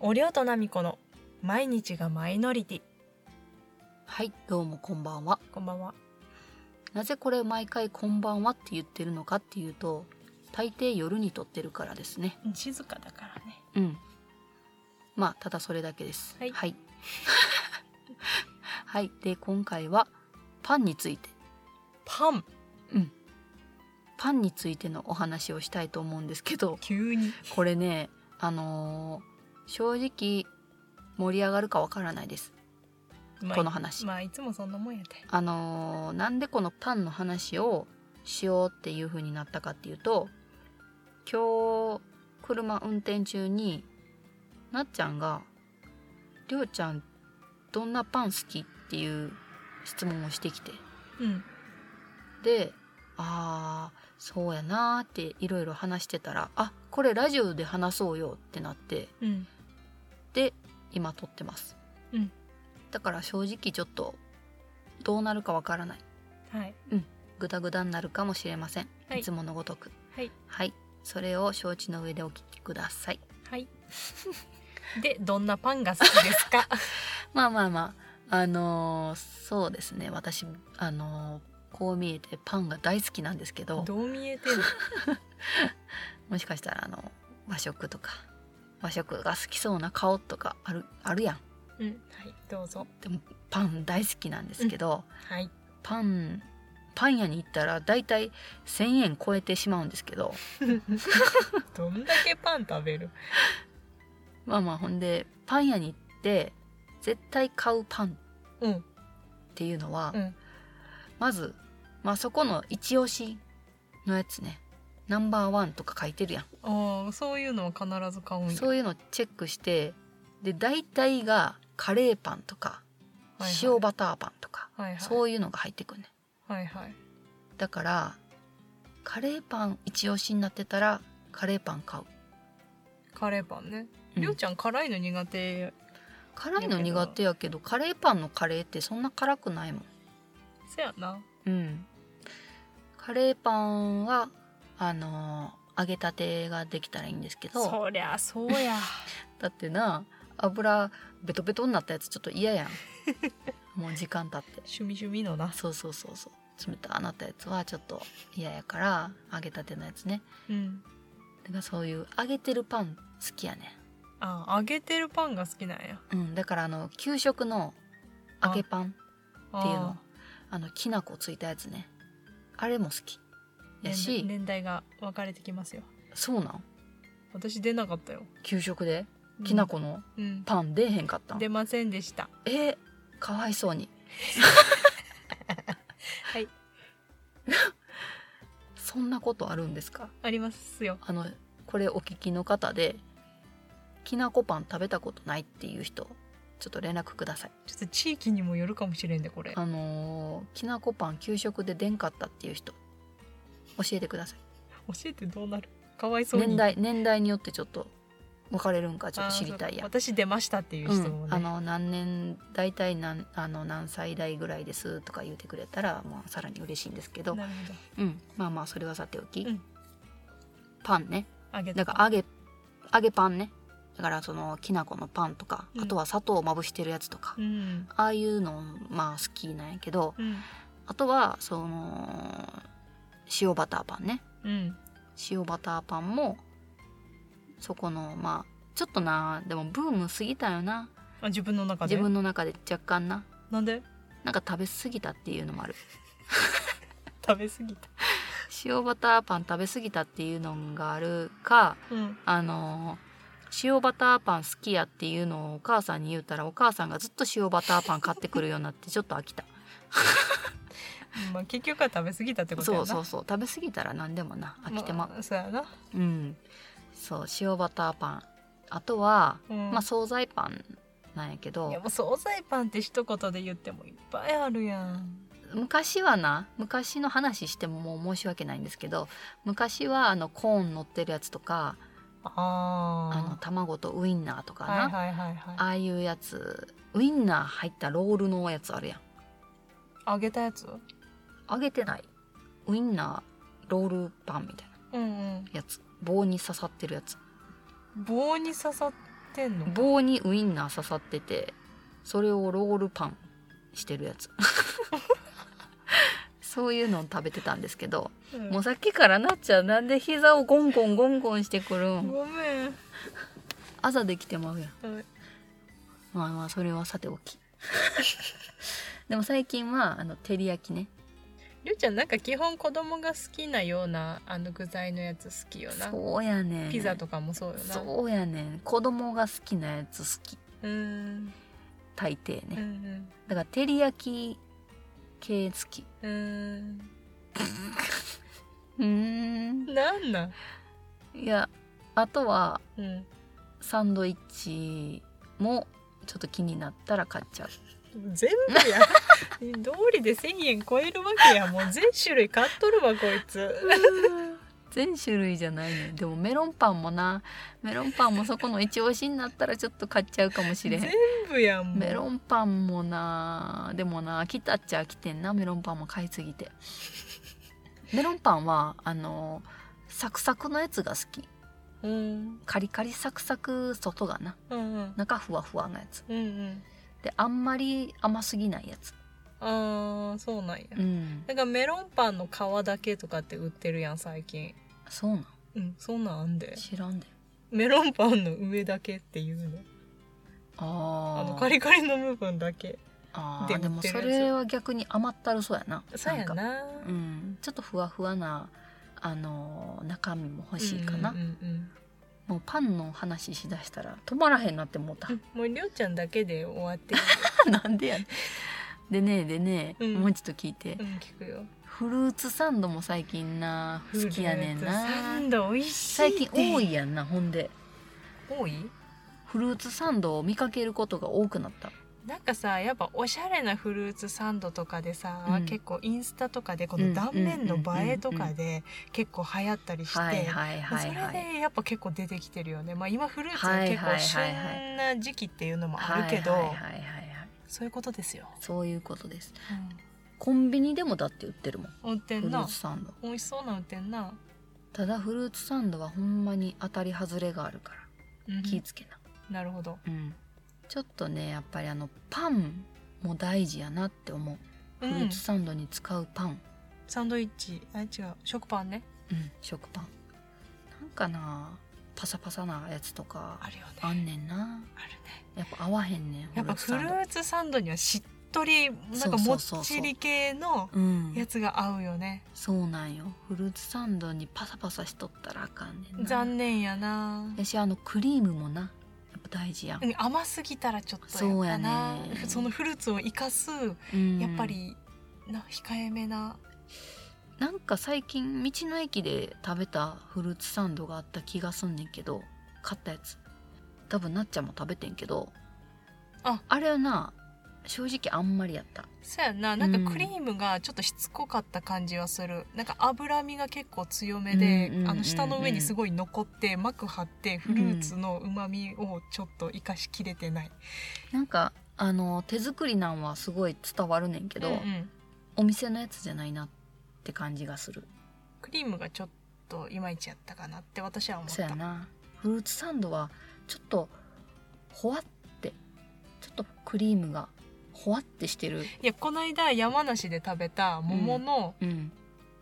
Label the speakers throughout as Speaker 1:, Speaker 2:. Speaker 1: おりょうとなみこの毎日がマイノリティ
Speaker 2: はいどうもこんばんは
Speaker 1: こんばんは
Speaker 2: なぜこれ毎回こんばんはって言ってるのかっていうと大抵夜に撮ってるからですね
Speaker 1: 静かだからね
Speaker 2: うんまあただそれだけです
Speaker 1: はい
Speaker 2: はい、 はいで今回はパンについて
Speaker 1: パン
Speaker 2: パンについてのお話をしたいと思うんですけど
Speaker 1: 急 に
Speaker 2: これねあのー正直盛り上がるかわからないですこの話
Speaker 1: まあいつもそんなもんやて
Speaker 2: あのーなんでこのパンの話をしようっていう風になったかっていうと今日車運転中になっちゃんが「りょうちゃんどんなパン好き?」っていう質問をしてきて
Speaker 1: うん
Speaker 2: であーそうやなーっていろいろ話してたら「あこれラジオで話そうよ」ってなって
Speaker 1: うん
Speaker 2: で今撮ってます、
Speaker 1: うん
Speaker 2: だから正直ちょっとどうなるかわからない
Speaker 1: はい
Speaker 2: グダグダになるかもしれません、
Speaker 1: はい
Speaker 2: い、つものごとく
Speaker 1: はい
Speaker 2: はいそれを承知の上でお聞きください
Speaker 1: はい でどんなパンが好きです か
Speaker 2: まあまあまああのーそうですね私あのーこう見えてパンが大好きなんですけど
Speaker 1: どう見えてる
Speaker 2: もしかしたらあの和食とか和食が好きそうな顔とかあるあるやん
Speaker 1: うんはいどうぞ
Speaker 2: パン大好きなんですけど、
Speaker 1: はい
Speaker 2: パンパン屋に行ったらだいたい1,000円超えてしまうんですけど
Speaker 1: どんだけパン食べる
Speaker 2: まあまあほんでパン屋に行って絶対買うパン
Speaker 1: うん
Speaker 2: っていうのは、
Speaker 1: うん
Speaker 2: まず、まあ、そこの一押しのやつねナンバーワンとか書いてるやん、
Speaker 1: ああそういうのは必ず買うんや
Speaker 2: そういうのチェックしてで大体がカレーパンとか、
Speaker 1: はいはい
Speaker 2: 塩バターパンとか、
Speaker 1: はいはい
Speaker 2: そういうのが入ってくるね
Speaker 1: はいはい
Speaker 2: だからカレーパン一押しになってたらカレーパン買う、
Speaker 1: カレーパンね
Speaker 2: うん
Speaker 1: りょうちゃん辛いの苦手
Speaker 2: 辛いの苦手やけどカレーパンのカレーってそんな辛くないもん
Speaker 1: そやな
Speaker 2: うん、カレーパンはあのー揚げたてができたらいいんですけど
Speaker 1: そりゃそうや
Speaker 2: だってな油ベトベトになったやつちょっと嫌 やんもう時間経って
Speaker 1: 趣味趣味のな
Speaker 2: そうそうそうそう冷たくなったやつはちょっと嫌やから揚げたてのやつね
Speaker 1: うん
Speaker 2: だからそういう揚げてるパン好きやね
Speaker 1: あ揚げてるパンが好きなんや
Speaker 2: うんだからあの給食の揚げパン
Speaker 1: あ
Speaker 2: っていう
Speaker 1: ー
Speaker 2: のあのきな粉ついたやつねあれも好きや
Speaker 1: 年
Speaker 2: し
Speaker 1: 年代が分かれてきますよ
Speaker 2: そうなん
Speaker 1: 私出なかったよ
Speaker 2: 給食できな、この
Speaker 1: うん
Speaker 2: パン出えへんかった
Speaker 1: うん
Speaker 2: ん
Speaker 1: 出ませんでした
Speaker 2: えーかわいそうにはい そんなことあるんですか
Speaker 1: ありますよ
Speaker 2: あのこれお聞きの方できなこパン食べたことないっていう人ちょっと連絡ください
Speaker 1: ちょっと地域にもよるかもしれんでこれ
Speaker 2: あのーきなこパン給食で出んかったっていう人教えてください
Speaker 1: 教えてどうなるかわいそうに
Speaker 2: 年代年代によってちょっと分かれるんかちょっ
Speaker 1: あー
Speaker 2: と知りたいやん
Speaker 1: そうか私出ましたっていう人もね、
Speaker 2: うん、あの何年大体何あの何歳代ぐらいですとか言ってくれたらもうさらに嬉しいんですけど、
Speaker 1: なる
Speaker 2: うん、まあまあそれはさておき、
Speaker 1: うん
Speaker 2: パンね
Speaker 1: ほど揚げ
Speaker 2: だ
Speaker 1: た
Speaker 2: から揚げ揚げパンねだからそのきな粉のパンとか、
Speaker 1: うん
Speaker 2: あとは砂糖をまぶしてるやつとか、
Speaker 1: うん
Speaker 2: ああいうのまあ好きなんやけど
Speaker 1: うん
Speaker 2: あとはその塩バターパンね
Speaker 1: うん
Speaker 2: 塩バターパンもそこのまあちょっとなでもブーム過ぎたよな
Speaker 1: あ自分の中で
Speaker 2: 自分の中で若干な
Speaker 1: なんで
Speaker 2: なんか食べ過ぎたっていうのもある
Speaker 1: 食べ過ぎた
Speaker 2: 塩バターパン食べ過ぎたっていうのがあるか
Speaker 1: うん
Speaker 2: あのー塩バターパン好きやっていうのをお母さんに言うたらお母さんがずっと塩バターパン買ってくるようになってちょっと飽 きた
Speaker 1: まあ結局は食べ過ぎたってことや
Speaker 2: そ
Speaker 1: な
Speaker 2: うそうそう食べ過ぎたら何でもな飽きてまう、
Speaker 1: あそうやな
Speaker 2: うんそう塩バターパンあとは、
Speaker 1: うん
Speaker 2: まあ惣菜パンなんやけ
Speaker 1: いや
Speaker 2: ど
Speaker 1: もう惣菜パンって一言で言ってもいっぱいあるやん
Speaker 2: 昔はな昔の話してももう申し訳ないんですけど昔はあのコーン乗ってるやつとかあの
Speaker 1: あ
Speaker 2: 卵とウインナーと
Speaker 1: あ
Speaker 2: かな、
Speaker 1: はいはいはいは
Speaker 2: ああいうやつウインナー入ったロールのやつあるやん
Speaker 1: い揚げたやつ
Speaker 2: 揚げてないウインナーロールパンみたいな
Speaker 1: うんうん
Speaker 2: やつ棒に刺さってるやつ
Speaker 1: 棒に刺さっしてんの
Speaker 2: 棒にウインナー刺さっててそれをロールパンしてるやつ そういうのを食べてたんですけど
Speaker 1: うん
Speaker 2: もうさっきからなっちゃんなんで膝をゴンゴンゴンゴンしてくるん
Speaker 1: ごめん
Speaker 2: 朝できてまうやん
Speaker 1: うん
Speaker 2: まあまあそれはさておき でも最近はあの照り焼きね
Speaker 1: りゅうちゃんなんか基本子供が好きなようなあの具材のやつ好きよな
Speaker 2: そうやねん
Speaker 1: ピザとかもそうよな
Speaker 2: そうやねん子供が好きなやつ好き
Speaker 1: うーん
Speaker 2: 大抵
Speaker 1: うんう
Speaker 2: ね、
Speaker 1: ん
Speaker 2: だから照り焼き系好き
Speaker 1: うーん
Speaker 2: うーん
Speaker 1: なんなん
Speaker 2: いやあとは
Speaker 1: うん
Speaker 2: サンドイッチもちょっと気になったら買っちゃう
Speaker 1: 全部 や通りで1,000円超えるわけやもう全種類買っとるわこいつ
Speaker 2: 全種類じゃないねでもメロンパンもなメロンパンもそこの一押しになったらちょっと買っちゃうかもしれへん
Speaker 1: 全部やもう
Speaker 2: メロンパンもなでもな飽きたっちゃ飽きてんなメロンパンも買いすぎてメロンパンはあのサクサクのやつが好き
Speaker 1: うん
Speaker 2: カリカリサクサク外がな
Speaker 1: うんうん
Speaker 2: 中ふわふわのやつ
Speaker 1: うんうん
Speaker 2: であんまり甘すぎないやつ
Speaker 1: あーそうなんや、
Speaker 2: うん
Speaker 1: なんかメロンパンの皮だけとかって売ってるやん最近
Speaker 2: そうなん
Speaker 1: うんそんなんあんで
Speaker 2: 知らんで
Speaker 1: メロンパンの上だけっていうのあ
Speaker 2: あー
Speaker 1: のカリカリの部分だけ
Speaker 2: あ
Speaker 1: で
Speaker 2: ーでも
Speaker 1: 売って
Speaker 2: そ
Speaker 1: るやつ
Speaker 2: れは逆に甘ったるそうやな
Speaker 1: そうや
Speaker 2: んか
Speaker 1: な
Speaker 2: うん、ちょっとふわふわなあの中身も欲しいかな、
Speaker 1: うんうん
Speaker 2: もうパンの話しだしたら止まらへんなって思った
Speaker 1: うんもうりょうちゃんだけで終わってる、
Speaker 2: なんでやねんでねでね、
Speaker 1: うん
Speaker 2: もう一度聞いて、
Speaker 1: うん、聞くよ
Speaker 2: フルーツサンドも最近な好きやねん
Speaker 1: フルーツサ
Speaker 2: な
Speaker 1: ンド美味しい
Speaker 2: 最近多
Speaker 1: い
Speaker 2: いやんなほんで
Speaker 1: 多い
Speaker 2: フルーツサンドを見かけることが多くなった
Speaker 1: なんかさやっぱおしゃれなフルーツサンドとかでさ、
Speaker 2: うん
Speaker 1: 結構インスタとかでこ
Speaker 2: うん
Speaker 1: の断面の映えとかで結構流行ったりして、
Speaker 2: はいはいはいは
Speaker 1: それ
Speaker 2: い
Speaker 1: でやっぱ結構出てきてるよね、まあ、今フルーツ
Speaker 2: はい
Speaker 1: 結構
Speaker 2: はいはいはい
Speaker 1: 旬な時期っていうのもある
Speaker 2: はい
Speaker 1: けど、
Speaker 2: はいはいはいはい
Speaker 1: そういうことですよ、
Speaker 2: そういうことですコンビニでもだって売ってるもん
Speaker 1: うん、売って
Speaker 2: フ
Speaker 1: ん
Speaker 2: ルー
Speaker 1: な
Speaker 2: ツサンド
Speaker 1: 美味しそうな売ってんな、
Speaker 2: ただフルーツサンドはほんまに当たり外れがあるから
Speaker 1: うん
Speaker 2: 気ぃつけな、
Speaker 1: なるほど
Speaker 2: うんちょっとねやっぱりあのパンも大事やなって思う
Speaker 1: う
Speaker 2: フルー
Speaker 1: ん
Speaker 2: ツサンドに使うパン、
Speaker 1: サンドイッチあ違う食パンね
Speaker 2: うん、食パンなんかなパサパサなやつとか
Speaker 1: あるよね
Speaker 2: あんねんな
Speaker 1: あるね
Speaker 2: やっぱ合わへんねん
Speaker 1: やっぱフルーツサンドにはしっとりなんか
Speaker 2: そ
Speaker 1: も
Speaker 2: う
Speaker 1: っ
Speaker 2: そうそうそう
Speaker 1: ちり系の
Speaker 2: うん
Speaker 1: やつが合うよね
Speaker 2: そうなんよフルーツサンドにパサパサしとったらあかんねんな
Speaker 1: 残念やな
Speaker 2: やしあのクリームもなやっぱ大事やん
Speaker 1: う、ん甘すぎたらちょっとやっぱな
Speaker 2: そうやね
Speaker 1: そのフルーツを生かす
Speaker 2: うん
Speaker 1: やっぱりな控えめな
Speaker 2: なんか最近道の駅で食べたフルーツサンドがあった気がすんねんけど買ったやつ多分なっちゃんも食べてんけど
Speaker 1: あ
Speaker 2: れはな正直あんまりやった
Speaker 1: そうやななんかクリームがちょっとしつこかった感じはする、なんか脂身が結構強めで、
Speaker 2: うんうんうんうん
Speaker 1: あの舌の上にすごい残って膜張ってフルーツのうまみをちょっと生かしきれてない、
Speaker 2: なんかあの手作りなんはすごい伝わるねんけ
Speaker 1: け
Speaker 2: ど、お店のやつじゃないなって感じがする
Speaker 1: クリームがちょっといまいちやったかなって私は思っ
Speaker 2: そう
Speaker 1: た
Speaker 2: やなフルーツサンドはちょっとほわってちょっとクリームがほわってしてる
Speaker 1: いやこの間山梨で食べた桃の、
Speaker 2: うん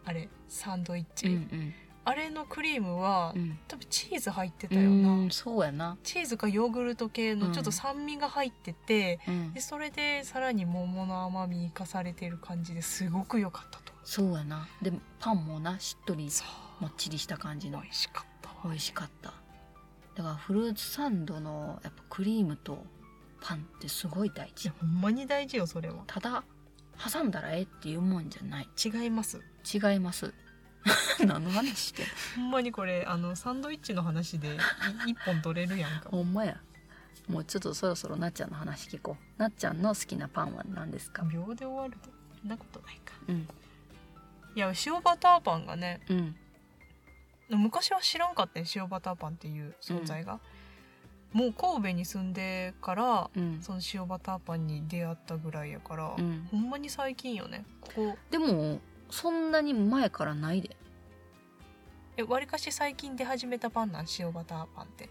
Speaker 1: あれサンドイッチ、
Speaker 2: うんうん
Speaker 1: あれのクリームは、
Speaker 2: うん
Speaker 1: 多分チーズ入ってた
Speaker 2: う
Speaker 1: よな、
Speaker 2: んそうやな
Speaker 1: チーズかヨーグルト系
Speaker 2: うん
Speaker 1: のちょっと酸味が入ってて、
Speaker 2: うん
Speaker 1: でそれでさらに桃の甘み生かされてる感じですごく良かったと思
Speaker 2: そうやなでパンもなしっとり
Speaker 1: うそ
Speaker 2: もっちりした感じ
Speaker 1: う美
Speaker 2: の
Speaker 1: 味しかったわ
Speaker 2: 美味しかっただからフルーツサンドのやっぱクリームとパンってすごい大
Speaker 1: い
Speaker 2: 事
Speaker 1: やほんまに大事よそれは
Speaker 2: ただ挟んだらええっていうもんじゃない
Speaker 1: 違います
Speaker 2: 違います 何の話してんの
Speaker 1: ほんまにこれあのサンドイッチの話でい一本取れるやんか
Speaker 2: ほんまやもうちょっとそろそろなっちゃんの話聞こうなっちゃんの好きなパンは何ですか
Speaker 1: 秒で終わるとそんなことないか
Speaker 2: うん
Speaker 1: いや塩バターパンがね
Speaker 2: うん
Speaker 1: 昔は知らんかったよ塩バターパンっていう存在が、もう神戸に住んでから
Speaker 2: うん
Speaker 1: その塩バターパンに出会ったぐらいやから、
Speaker 2: うん
Speaker 1: ほんまに最近よねここ
Speaker 2: でもそんなに前からないで
Speaker 1: えわりかし最近出始めたパンなん塩バターパンって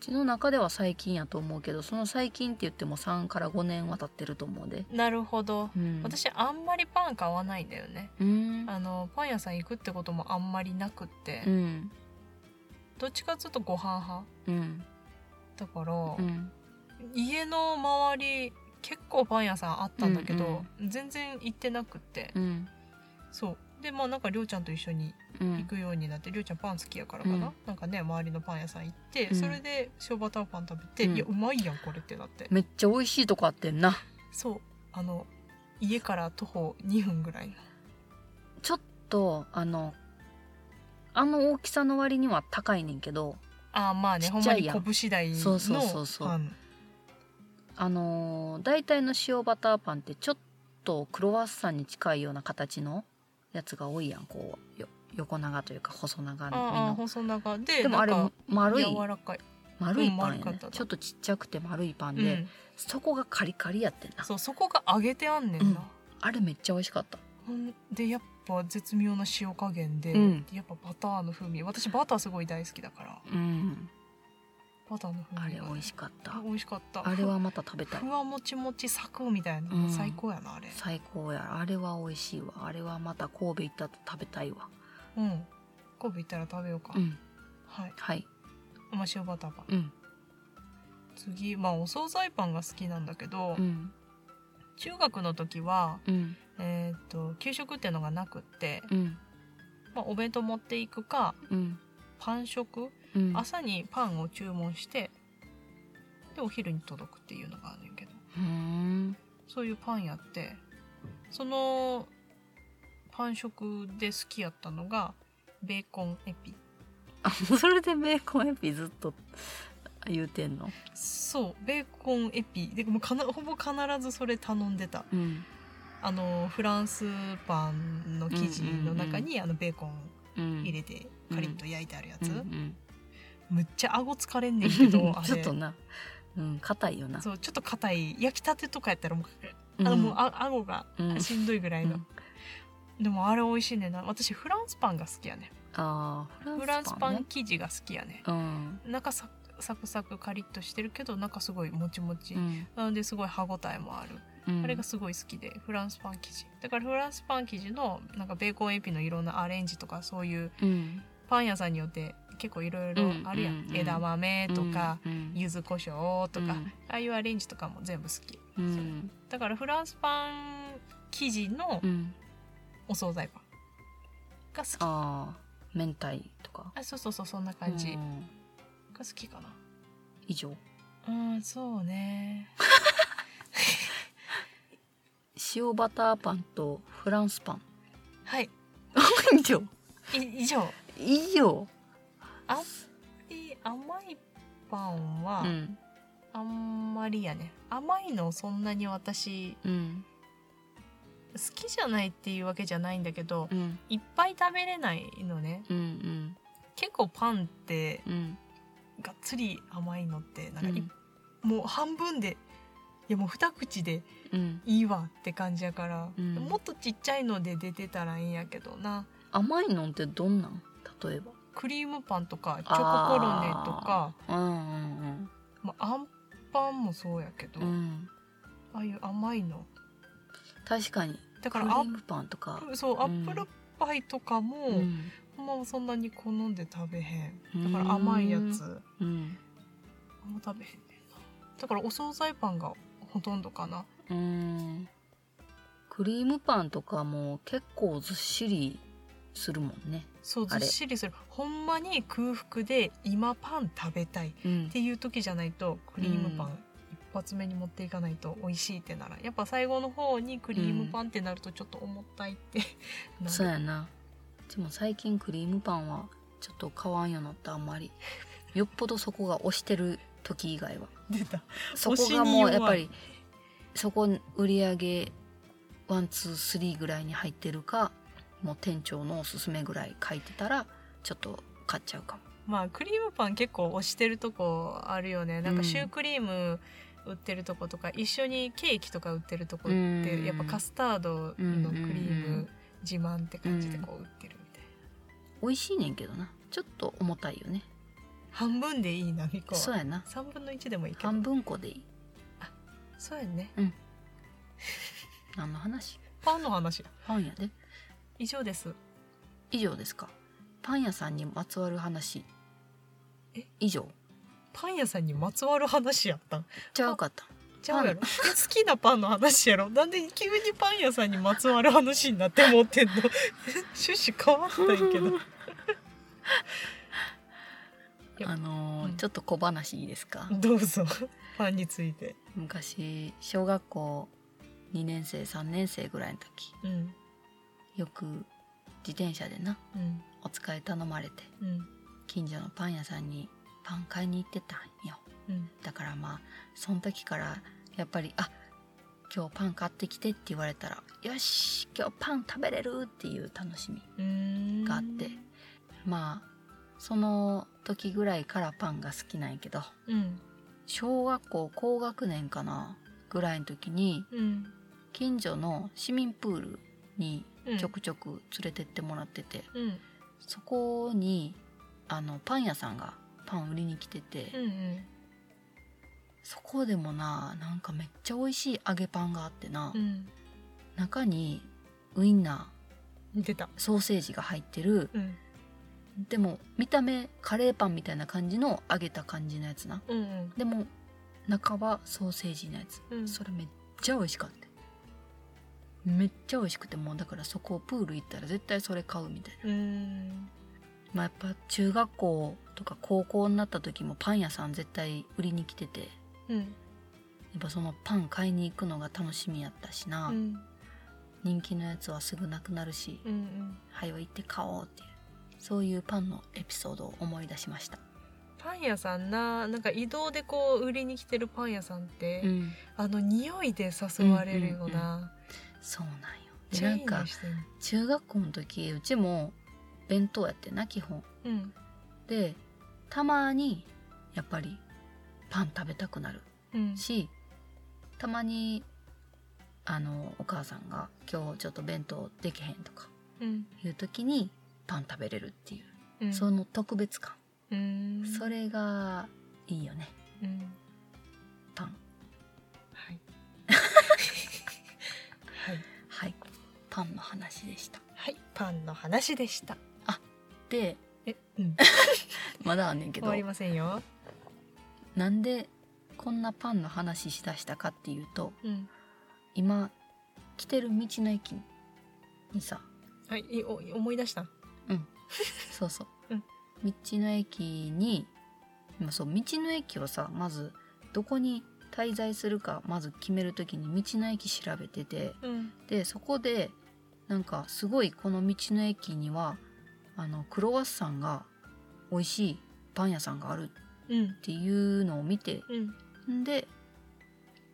Speaker 2: ちの中では最近やと思うけどその最近って言っても3から5年は経ってると思うで、
Speaker 1: なるほど
Speaker 2: うん、
Speaker 1: 私あんまりパン買わないんだよね
Speaker 2: うん
Speaker 1: あのパン屋さん行くってこともあんまりなくって、
Speaker 2: うん
Speaker 1: どっちかっていうとご飯派
Speaker 2: うん
Speaker 1: だから、
Speaker 2: うん
Speaker 1: 家の周り結構パン屋さんあったんだけど、全然行ってなくって、
Speaker 2: うん
Speaker 1: そうでまあなんかりょうちゃんと一緒に
Speaker 2: う
Speaker 1: 行
Speaker 2: ん
Speaker 1: くようになって、りょうちゃんパン好きやからかな、
Speaker 2: うん
Speaker 1: なんかね周りのパン屋さん行って、
Speaker 2: うん
Speaker 1: それで塩バターパン食べて、
Speaker 2: うん
Speaker 1: いやうまいやんこれってなって、
Speaker 2: めっちゃ美味しいとこあってんな
Speaker 1: そうあの家から徒歩2分ぐらいの
Speaker 2: ちょっとあのあの大きさの割には高いねんけど
Speaker 1: あーまあね
Speaker 2: ち
Speaker 1: ほ
Speaker 2: っ
Speaker 1: ん
Speaker 2: ちゃ
Speaker 1: ま
Speaker 2: い
Speaker 1: に
Speaker 2: やん
Speaker 1: 拳台
Speaker 2: そうそうそう
Speaker 1: の
Speaker 2: そう
Speaker 1: パン
Speaker 2: あのー大体の塩バターパンってちょっとクロワッサンに近いような形のやつが多いやんこうよ横長というか細長め
Speaker 1: ああ
Speaker 2: の
Speaker 1: 細長で
Speaker 2: でもあれ
Speaker 1: なんか
Speaker 2: 丸い
Speaker 1: 柔らかい、
Speaker 2: 丸い
Speaker 1: う
Speaker 2: パン
Speaker 1: ん丸
Speaker 2: や
Speaker 1: かっ
Speaker 2: ね
Speaker 1: たな
Speaker 2: ちょっとちっちゃくて丸いパン
Speaker 1: う
Speaker 2: で、
Speaker 1: ん、
Speaker 2: そこがカリカリやってんな
Speaker 1: そうそこが揚げてあんねんな、
Speaker 2: あれめっちゃ美味しかった
Speaker 1: ほんでやっぱ絶妙な塩加減で、
Speaker 2: うん
Speaker 1: やっぱバターの風味私バターすごい大好きだから
Speaker 2: うん
Speaker 1: バターの風
Speaker 2: あ
Speaker 1: 味
Speaker 2: れ
Speaker 1: が
Speaker 2: 美味しかった
Speaker 1: あ美味しかった
Speaker 2: あれはまた食べたい
Speaker 1: ふわもちもちサクみたいな、
Speaker 2: うん
Speaker 1: 最高やなあれ
Speaker 2: 最高やあれは美味しいわあれはまた神戸行ったと食べたいわ
Speaker 1: うん神戸行ったら食べようか、
Speaker 2: うん
Speaker 1: はい
Speaker 2: はい
Speaker 1: まあ塩バターパン
Speaker 2: うん
Speaker 1: 次まあお惣菜パンが好きなんだけど、
Speaker 2: うん
Speaker 1: 中学の時は
Speaker 2: うん
Speaker 1: えーっと給食っていうのがなくって、
Speaker 2: うん
Speaker 1: まあ、お弁当持っていくか
Speaker 2: うん
Speaker 1: パン食、
Speaker 2: うん
Speaker 1: 朝にパンを注文してでお昼に届くっていうのがあるんやけど
Speaker 2: うーん
Speaker 1: そういうパン屋ってそのパン食で好きやったのがベーコンエピ
Speaker 2: あもう それでベーコンエピずっと言うてんの
Speaker 1: そうベーコンエピでもうかなほぼ必ずそれ頼んでた
Speaker 2: うん
Speaker 1: あのフランスパンの生地の中にあのベーコン
Speaker 2: うん
Speaker 1: 入れてカリッと焼いてあるやつ、
Speaker 2: うんうん
Speaker 1: むっちゃ顎疲れんねんけどあれ
Speaker 2: ちょっとなうん硬いよな
Speaker 1: そうちょっと硬い焼きたてとかやったらもう,、
Speaker 2: うん
Speaker 1: あもうあ顎が
Speaker 2: うん
Speaker 1: しんどいぐらいの、
Speaker 2: うん
Speaker 1: でもあれ美味しいねんな私フランスパンが好きやね
Speaker 2: あー
Speaker 1: フ
Speaker 2: フ
Speaker 1: ラ
Speaker 2: ラ
Speaker 1: ン
Speaker 2: ン
Speaker 1: ス
Speaker 2: ス
Speaker 1: パ
Speaker 2: パン
Speaker 1: ン
Speaker 2: ね
Speaker 1: 生地が好きやね
Speaker 2: うん
Speaker 1: 中サクサクサクカリッとしてるけど中すごいもちもち、
Speaker 2: うん
Speaker 1: なのですごい歯ごたえもある、
Speaker 2: うん
Speaker 1: あれがすごい好きでフランスパン生地だからフランスパン生地のなんかベーコンエピのいろんなアレンジとかそういう
Speaker 2: うん
Speaker 1: パン屋さんによって結構いろいろあるやん、
Speaker 2: うんうんうん
Speaker 1: 枝豆とか、
Speaker 2: うん
Speaker 1: 柚子胡椒とか、
Speaker 2: うん
Speaker 1: ああいうアレンジとかも全部好き
Speaker 2: うん
Speaker 1: だからフランスパン生地の
Speaker 2: うん
Speaker 1: お惣菜パンが好き、
Speaker 2: あー明太とか
Speaker 1: あそうそうそうそんな感じ
Speaker 2: う
Speaker 1: が
Speaker 2: ん
Speaker 1: 好きかな
Speaker 2: 以上
Speaker 1: うんそうね
Speaker 2: 塩バターパンとフランスパ ン
Speaker 1: はい
Speaker 2: 以上
Speaker 1: い以上
Speaker 2: いいよ
Speaker 1: あんい甘いパン
Speaker 2: う
Speaker 1: は
Speaker 2: ん
Speaker 1: あんまりやね甘いのそんなに私
Speaker 2: うん
Speaker 1: 好きじゃないっていうわけじゃないんだけど
Speaker 2: うん
Speaker 1: いっぱい食べれないのね
Speaker 2: うんうん
Speaker 1: 結構パンって
Speaker 2: うん
Speaker 1: がっつり甘いのってなん
Speaker 2: う
Speaker 1: かい、
Speaker 2: ん
Speaker 1: もう半分でいやもう二口で
Speaker 2: うん
Speaker 1: いいわって感じやから、
Speaker 2: うん
Speaker 1: もっとちっちゃいので出てたらいいんやけどな
Speaker 2: 甘いのってどんなん例えば
Speaker 1: クリームパンとかチョココロネとか
Speaker 2: うんうん
Speaker 1: まあ、あんパンもそうやけど、
Speaker 2: うんうん
Speaker 1: ああいう甘いの
Speaker 2: 確かに
Speaker 1: だ
Speaker 2: ク
Speaker 1: か
Speaker 2: リ
Speaker 1: らア
Speaker 2: ー
Speaker 1: ッ
Speaker 2: ムパンとか
Speaker 1: プそうアップルパイとかも、
Speaker 2: うん
Speaker 1: ほんまはそんなに好んで食べへんだから甘いやつ
Speaker 2: うん
Speaker 1: あんま食べへんねんなだからお惣菜パンがほとんどかな
Speaker 2: うんクリームパンとかも結構ずっしりするもんね
Speaker 1: そうず
Speaker 2: あ
Speaker 1: っ
Speaker 2: れ
Speaker 1: しりするほんまに空腹で今パン食べたい
Speaker 2: うん
Speaker 1: っていう時じゃないとクリームパン一発目に持っていかないと美味しいってならやっぱ最後の方にクリームパンってなるとちょっと重たいって な
Speaker 2: そう
Speaker 1: る
Speaker 2: やなでも最近クリームパンはちょっと買わんようになったあんまりよっぽどそこが押してる時以外は
Speaker 1: 出た
Speaker 2: そこがもうやっぱりそこ売り上げワンツースリーぐらいに入ってるかもう店長のおすすめぐらい書いてたらちょっと買っちゃうかも
Speaker 1: まあクリームパン結構押してるとこあるよねなん
Speaker 2: うん
Speaker 1: かシュークリーム売ってるとことか一緒にケーキとか売ってるとこっ
Speaker 2: うん
Speaker 1: てやっぱカスタードのクリーム自慢って感じでこう売ってるみたい
Speaker 2: 美味しいねんけどなちょっと重たいよね
Speaker 1: 半分でいいなみこ
Speaker 2: そうやな
Speaker 1: 3分の1でもいいけど
Speaker 2: 半分こでいい
Speaker 1: そうやね
Speaker 2: 何の話
Speaker 1: パンの話や
Speaker 2: パンやで
Speaker 1: 以上です
Speaker 2: 以上ですかパン屋さんにまつわる話
Speaker 1: え
Speaker 2: 以上
Speaker 1: パン屋さんにまつわる話やったん
Speaker 2: ちゃうかった
Speaker 1: ちゃうやろえ好きなパンの話やろなんで急にパン屋さんにまつわる話になって思ってんの 趣旨変わったんやけどいや
Speaker 2: あのー
Speaker 1: うん
Speaker 2: ちょっと小話いいですか、
Speaker 1: どうぞパンについて
Speaker 2: 昔小学校2年生3年生ぐらいの時
Speaker 1: うん
Speaker 2: よく自転車でな
Speaker 1: うん
Speaker 2: お使い頼まれて
Speaker 1: うん
Speaker 2: 近所のパン屋さんにパン買いに行ってたんよ
Speaker 1: うん
Speaker 2: だからまあその時からやっぱり「あ今日パン買ってきて」って言われたら「よし今日パン食べれる!」っていう楽しみ
Speaker 1: うーん
Speaker 2: があってまあその時ぐらいからパンが好きなんやけど
Speaker 1: うん
Speaker 2: 小学校高学年かなぐらいの時に
Speaker 1: うん
Speaker 2: 近所の市民プールに
Speaker 1: うん
Speaker 2: ちょくちょく連れてってもらってて、
Speaker 1: うんうん
Speaker 2: そこにあのパン屋さんがパン売りに来てて、
Speaker 1: うん
Speaker 2: そこでもななんかめっちゃ美味しい揚げパンがあってな、
Speaker 1: うん
Speaker 2: 中にウインナ
Speaker 1: 似てた
Speaker 2: ーソーセージが入ってる
Speaker 1: うん
Speaker 2: でも見た目カレーパンみたいな感じの揚げた感じのやつな
Speaker 1: うん
Speaker 2: でも中はソーセージのやつ
Speaker 1: うん
Speaker 2: それめっちゃ美味しかっためっちゃ美味しくてもうだからそこプール行ったら絶対それ買うみたいな
Speaker 1: うん
Speaker 2: まあやっぱ中学校とか高校になった時もパン屋さん絶対売りに来てて
Speaker 1: う
Speaker 2: や
Speaker 1: ん
Speaker 2: っぱそのパン買いに行くのが楽しみやったしな、
Speaker 1: うん
Speaker 2: 人気のやつはすぐなくなるし、
Speaker 1: うん
Speaker 2: はいは行って買おうっていうそういうパンのエピソードを思い出しました、
Speaker 1: パン屋さんななんか移動でこう売りに来てるパン屋さんって、
Speaker 2: うん、
Speaker 1: あの匂いで誘われるような、
Speaker 2: そうなんよで
Speaker 1: チェ
Speaker 2: な
Speaker 1: ー
Speaker 2: ん
Speaker 1: ン
Speaker 2: か
Speaker 1: でしてんの
Speaker 2: 中学校の時うちも弁当やってんな基本
Speaker 1: うん
Speaker 2: でたまにやっぱりパン食べたくなる
Speaker 1: うん
Speaker 2: し、たまにあのお母さんが「今日ちょっと弁当できへん」とか
Speaker 1: うん
Speaker 2: いう時にパン食べれるっていう、
Speaker 1: うん
Speaker 2: その特別感、
Speaker 1: うん
Speaker 2: それがいいよね
Speaker 1: うん
Speaker 2: パン
Speaker 1: はい はい
Speaker 2: はいパンの話でした
Speaker 1: はいパンの話でした
Speaker 2: で
Speaker 1: え うん
Speaker 2: まだあんねんけ
Speaker 1: 終
Speaker 2: ど
Speaker 1: わりませんよ
Speaker 2: なんでこんなパンの話しだしたかっていうと
Speaker 1: うん
Speaker 2: 今来てる道の駅にさ
Speaker 1: はいいお思い出した
Speaker 2: そうそううん道の駅にまあそう道の駅をさまずどこに滞在するかまず決めるときに道の駅調べてて
Speaker 1: うん
Speaker 2: でそこでなんかすごいこの道の駅にはあのクロワッサンが美味しいパン屋さんがある
Speaker 1: うん
Speaker 2: っていうのを見て
Speaker 1: うん
Speaker 2: んで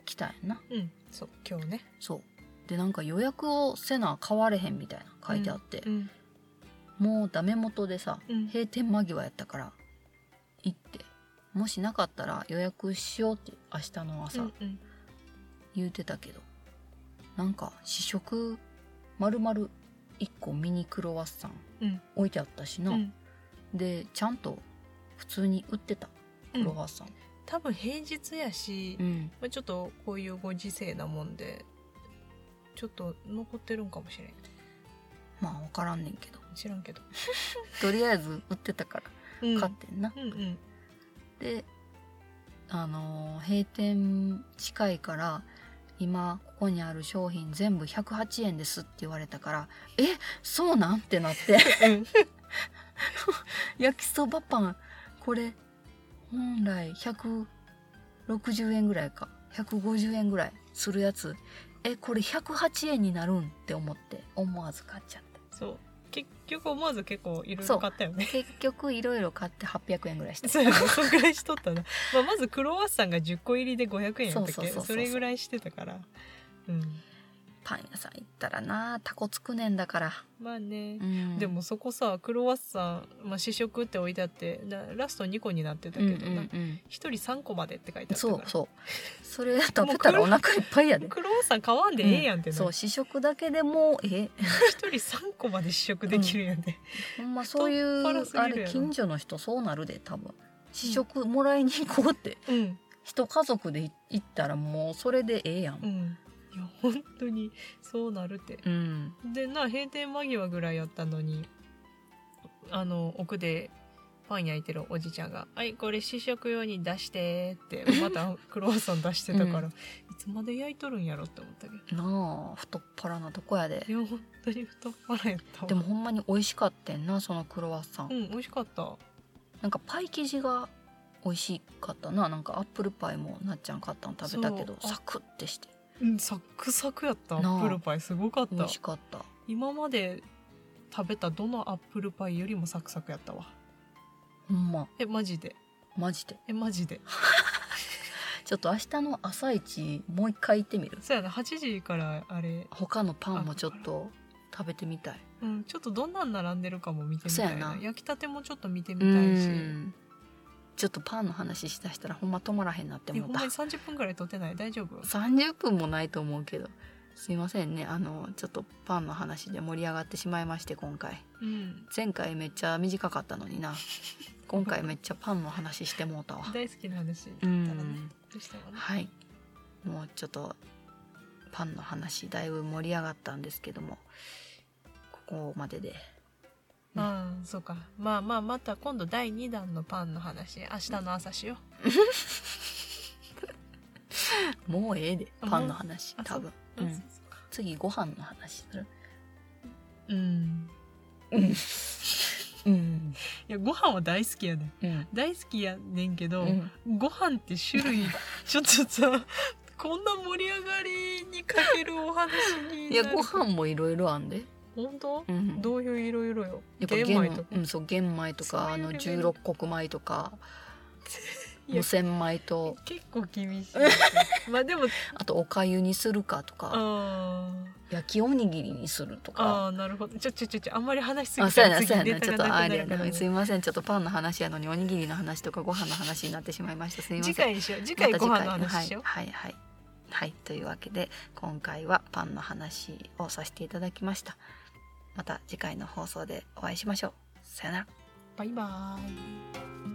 Speaker 2: 来たんやな
Speaker 1: うんそう今日ね
Speaker 2: そうでなんか予約をせな買われへんみたいな書いてあって、
Speaker 1: ん
Speaker 2: もうダメ元でさ、
Speaker 1: うん
Speaker 2: 閉店間際やったから行ってもしなかったら予約しようって明日の朝
Speaker 1: うんうん
Speaker 2: 言うてたけど、なんか試食丸々1個ミニクロワッサン
Speaker 1: うん
Speaker 2: 置いてあったしな、
Speaker 1: うん
Speaker 2: でちゃんと普通に売ってた
Speaker 1: うん
Speaker 2: クロワッサン、
Speaker 1: 多分平日やし、
Speaker 2: うん
Speaker 1: まあ、ちょっとこういうご時世なもんでちょっと残ってるんかもしれん
Speaker 2: まあ分からんねんけど
Speaker 1: 知らんけど、
Speaker 2: とりあえず売ってたか
Speaker 1: う
Speaker 2: ら
Speaker 1: ん、
Speaker 2: 買ってんな、
Speaker 1: うんうん
Speaker 2: であのー閉店近いから今ここにある商品全部108円ですって言われたからえそうなんってなって 焼きそばパンこれ本来160円ぐらいか150円ぐらいするやつえこれ108円になるんって思って思わず買っちゃっ
Speaker 1: そう結局思わず結構いろい
Speaker 2: そう
Speaker 1: ろ買ったよ
Speaker 2: た
Speaker 1: ね
Speaker 2: 結局いろいろ買って800円ぐら いした
Speaker 1: そうやねそんぐらいしとったな、まあ、まずクロワッサンが10個入りで500円やったっけ
Speaker 2: そうそうそうそう
Speaker 1: それぐらいしてたからうん
Speaker 2: パン屋さん行ったらなタコつくねんだから、
Speaker 1: まあね
Speaker 2: う、ん
Speaker 1: でもそこさクロワッサン、まあ、試食って置いてあってなラスト2個になってたけどな、
Speaker 2: うんうんうん
Speaker 1: 一人3個までって書いてあった
Speaker 2: そう
Speaker 1: から
Speaker 2: そうそれ食べたらお腹いっぱいやで
Speaker 1: クロワッサン買わんでええやんってな
Speaker 2: そう試食だけでもうえ
Speaker 1: 一人3個まで試食できるやんね、
Speaker 2: ほんまそういう
Speaker 1: 太っ腹すぎるや
Speaker 2: あ
Speaker 1: ろ
Speaker 2: れ近所の人そうなるで多分試食もらいに行こうって
Speaker 1: うん
Speaker 2: 一家族で行ったらもうそれでええや。
Speaker 1: うんんいや本当にそうなるって
Speaker 2: うん
Speaker 1: でな閉店間際ぐらいやったのにあの奥でパン焼いてるおじちゃんが「はいこれ試食用に出して」ってまたクロワッサン出してたから、
Speaker 2: うん
Speaker 1: いつまで焼いとるんやろって思ったけど
Speaker 2: なあ太っ腹なとこやで
Speaker 1: いや本当に太っ腹やったわ
Speaker 2: でもほんまに美味しかったんなそのクロワッサン、
Speaker 1: うん美味しかった
Speaker 2: なんかパイ生地が美味しかったななんかアップルパイもなっちゃん買ったの食べたけど
Speaker 1: そうあ
Speaker 2: サクッてして
Speaker 1: うんサックサクやったア
Speaker 2: なあ
Speaker 1: ップルパイすごかっ
Speaker 2: 美
Speaker 1: た
Speaker 2: 味しかった
Speaker 1: 今まで食べたどのアップルパイよりもサクサクやったわ
Speaker 2: ほんま
Speaker 1: えマジで
Speaker 2: マジで
Speaker 1: えマジで
Speaker 2: ちょっと明日の朝一もう一回行ってみる
Speaker 1: そうやな8時からあれ、
Speaker 2: 他のパンもちょっと食べてみたい
Speaker 1: うん、ちょっとどんなん並んでるかも見てみたい
Speaker 2: そうや
Speaker 1: な
Speaker 2: な
Speaker 1: 焼きたてもちょっと見てみ
Speaker 2: う
Speaker 1: たいし
Speaker 2: んちょっとパンの話しだしたらほんま止まらへんなって
Speaker 1: いや
Speaker 2: 思
Speaker 1: ほ
Speaker 2: っ
Speaker 1: んま
Speaker 2: た
Speaker 1: に30分ぐらい撮ってない大丈夫
Speaker 2: 30分もないと思うけどすいませんねあのちょっとパンの話で盛り上がってしまいまして今回
Speaker 1: うん
Speaker 2: 前回めっちゃ短かったのにな今回めっちゃパンの話してもうたわ
Speaker 1: 大好きな話だったら
Speaker 2: う
Speaker 1: ね
Speaker 2: ん
Speaker 1: どうしてもね
Speaker 2: はいもうちょっとパンの話だいぶ盛り上がったんですけどもここまでで
Speaker 1: ああそうかまあまあまた今度第2弾のパンの話明日の朝しよ
Speaker 2: もうええで
Speaker 1: あ
Speaker 2: パンの話
Speaker 1: もうあ
Speaker 2: 多分
Speaker 1: う、
Speaker 2: うん
Speaker 1: あそうそうか
Speaker 2: 次ご飯の話する
Speaker 1: うん
Speaker 2: うん
Speaker 1: いやご飯は大好きやねん
Speaker 2: うん
Speaker 1: 大好きやねんけ
Speaker 2: う
Speaker 1: ど、
Speaker 2: ん
Speaker 1: ご飯って種類 ちょっとさこんな盛り上がりにかけるお話に
Speaker 2: いや
Speaker 1: なる
Speaker 2: ご飯もいろいろあんで、
Speaker 1: 本当、
Speaker 2: うん、
Speaker 1: どういういろいろよ
Speaker 2: やっぱ
Speaker 1: 玄米とか
Speaker 2: うん、そう玄米とか
Speaker 1: そう
Speaker 2: あ
Speaker 1: いうレ
Speaker 2: の
Speaker 1: ベル
Speaker 2: 十六穀米とか
Speaker 1: いや
Speaker 2: 無洗米と
Speaker 1: 結構厳しい まあでも
Speaker 2: あとおかゆにするかとか
Speaker 1: あー
Speaker 2: 焼きおにぎりにするとか
Speaker 1: あーなるほどちょちょちょちょあんまり話しすぎ
Speaker 2: あそう
Speaker 1: た
Speaker 2: や
Speaker 1: ら
Speaker 2: な
Speaker 1: 次
Speaker 2: そうや
Speaker 1: ネ
Speaker 2: なちょ
Speaker 1: タが
Speaker 2: っとあ
Speaker 1: なく
Speaker 2: れ
Speaker 1: な
Speaker 2: や
Speaker 1: るから
Speaker 2: なすいませんちょっとパンの話やのにおにぎりの話とかご飯の話になってしまいましたすいませ
Speaker 1: 次
Speaker 2: ん
Speaker 1: 回にしよう次回
Speaker 2: また
Speaker 1: ご飯の話しよう、
Speaker 2: はいはいはい、はい、というわけで今回はパンの話をさせていただきましたまた次回の放送でお会いしましょうさよなら
Speaker 1: バイバーイ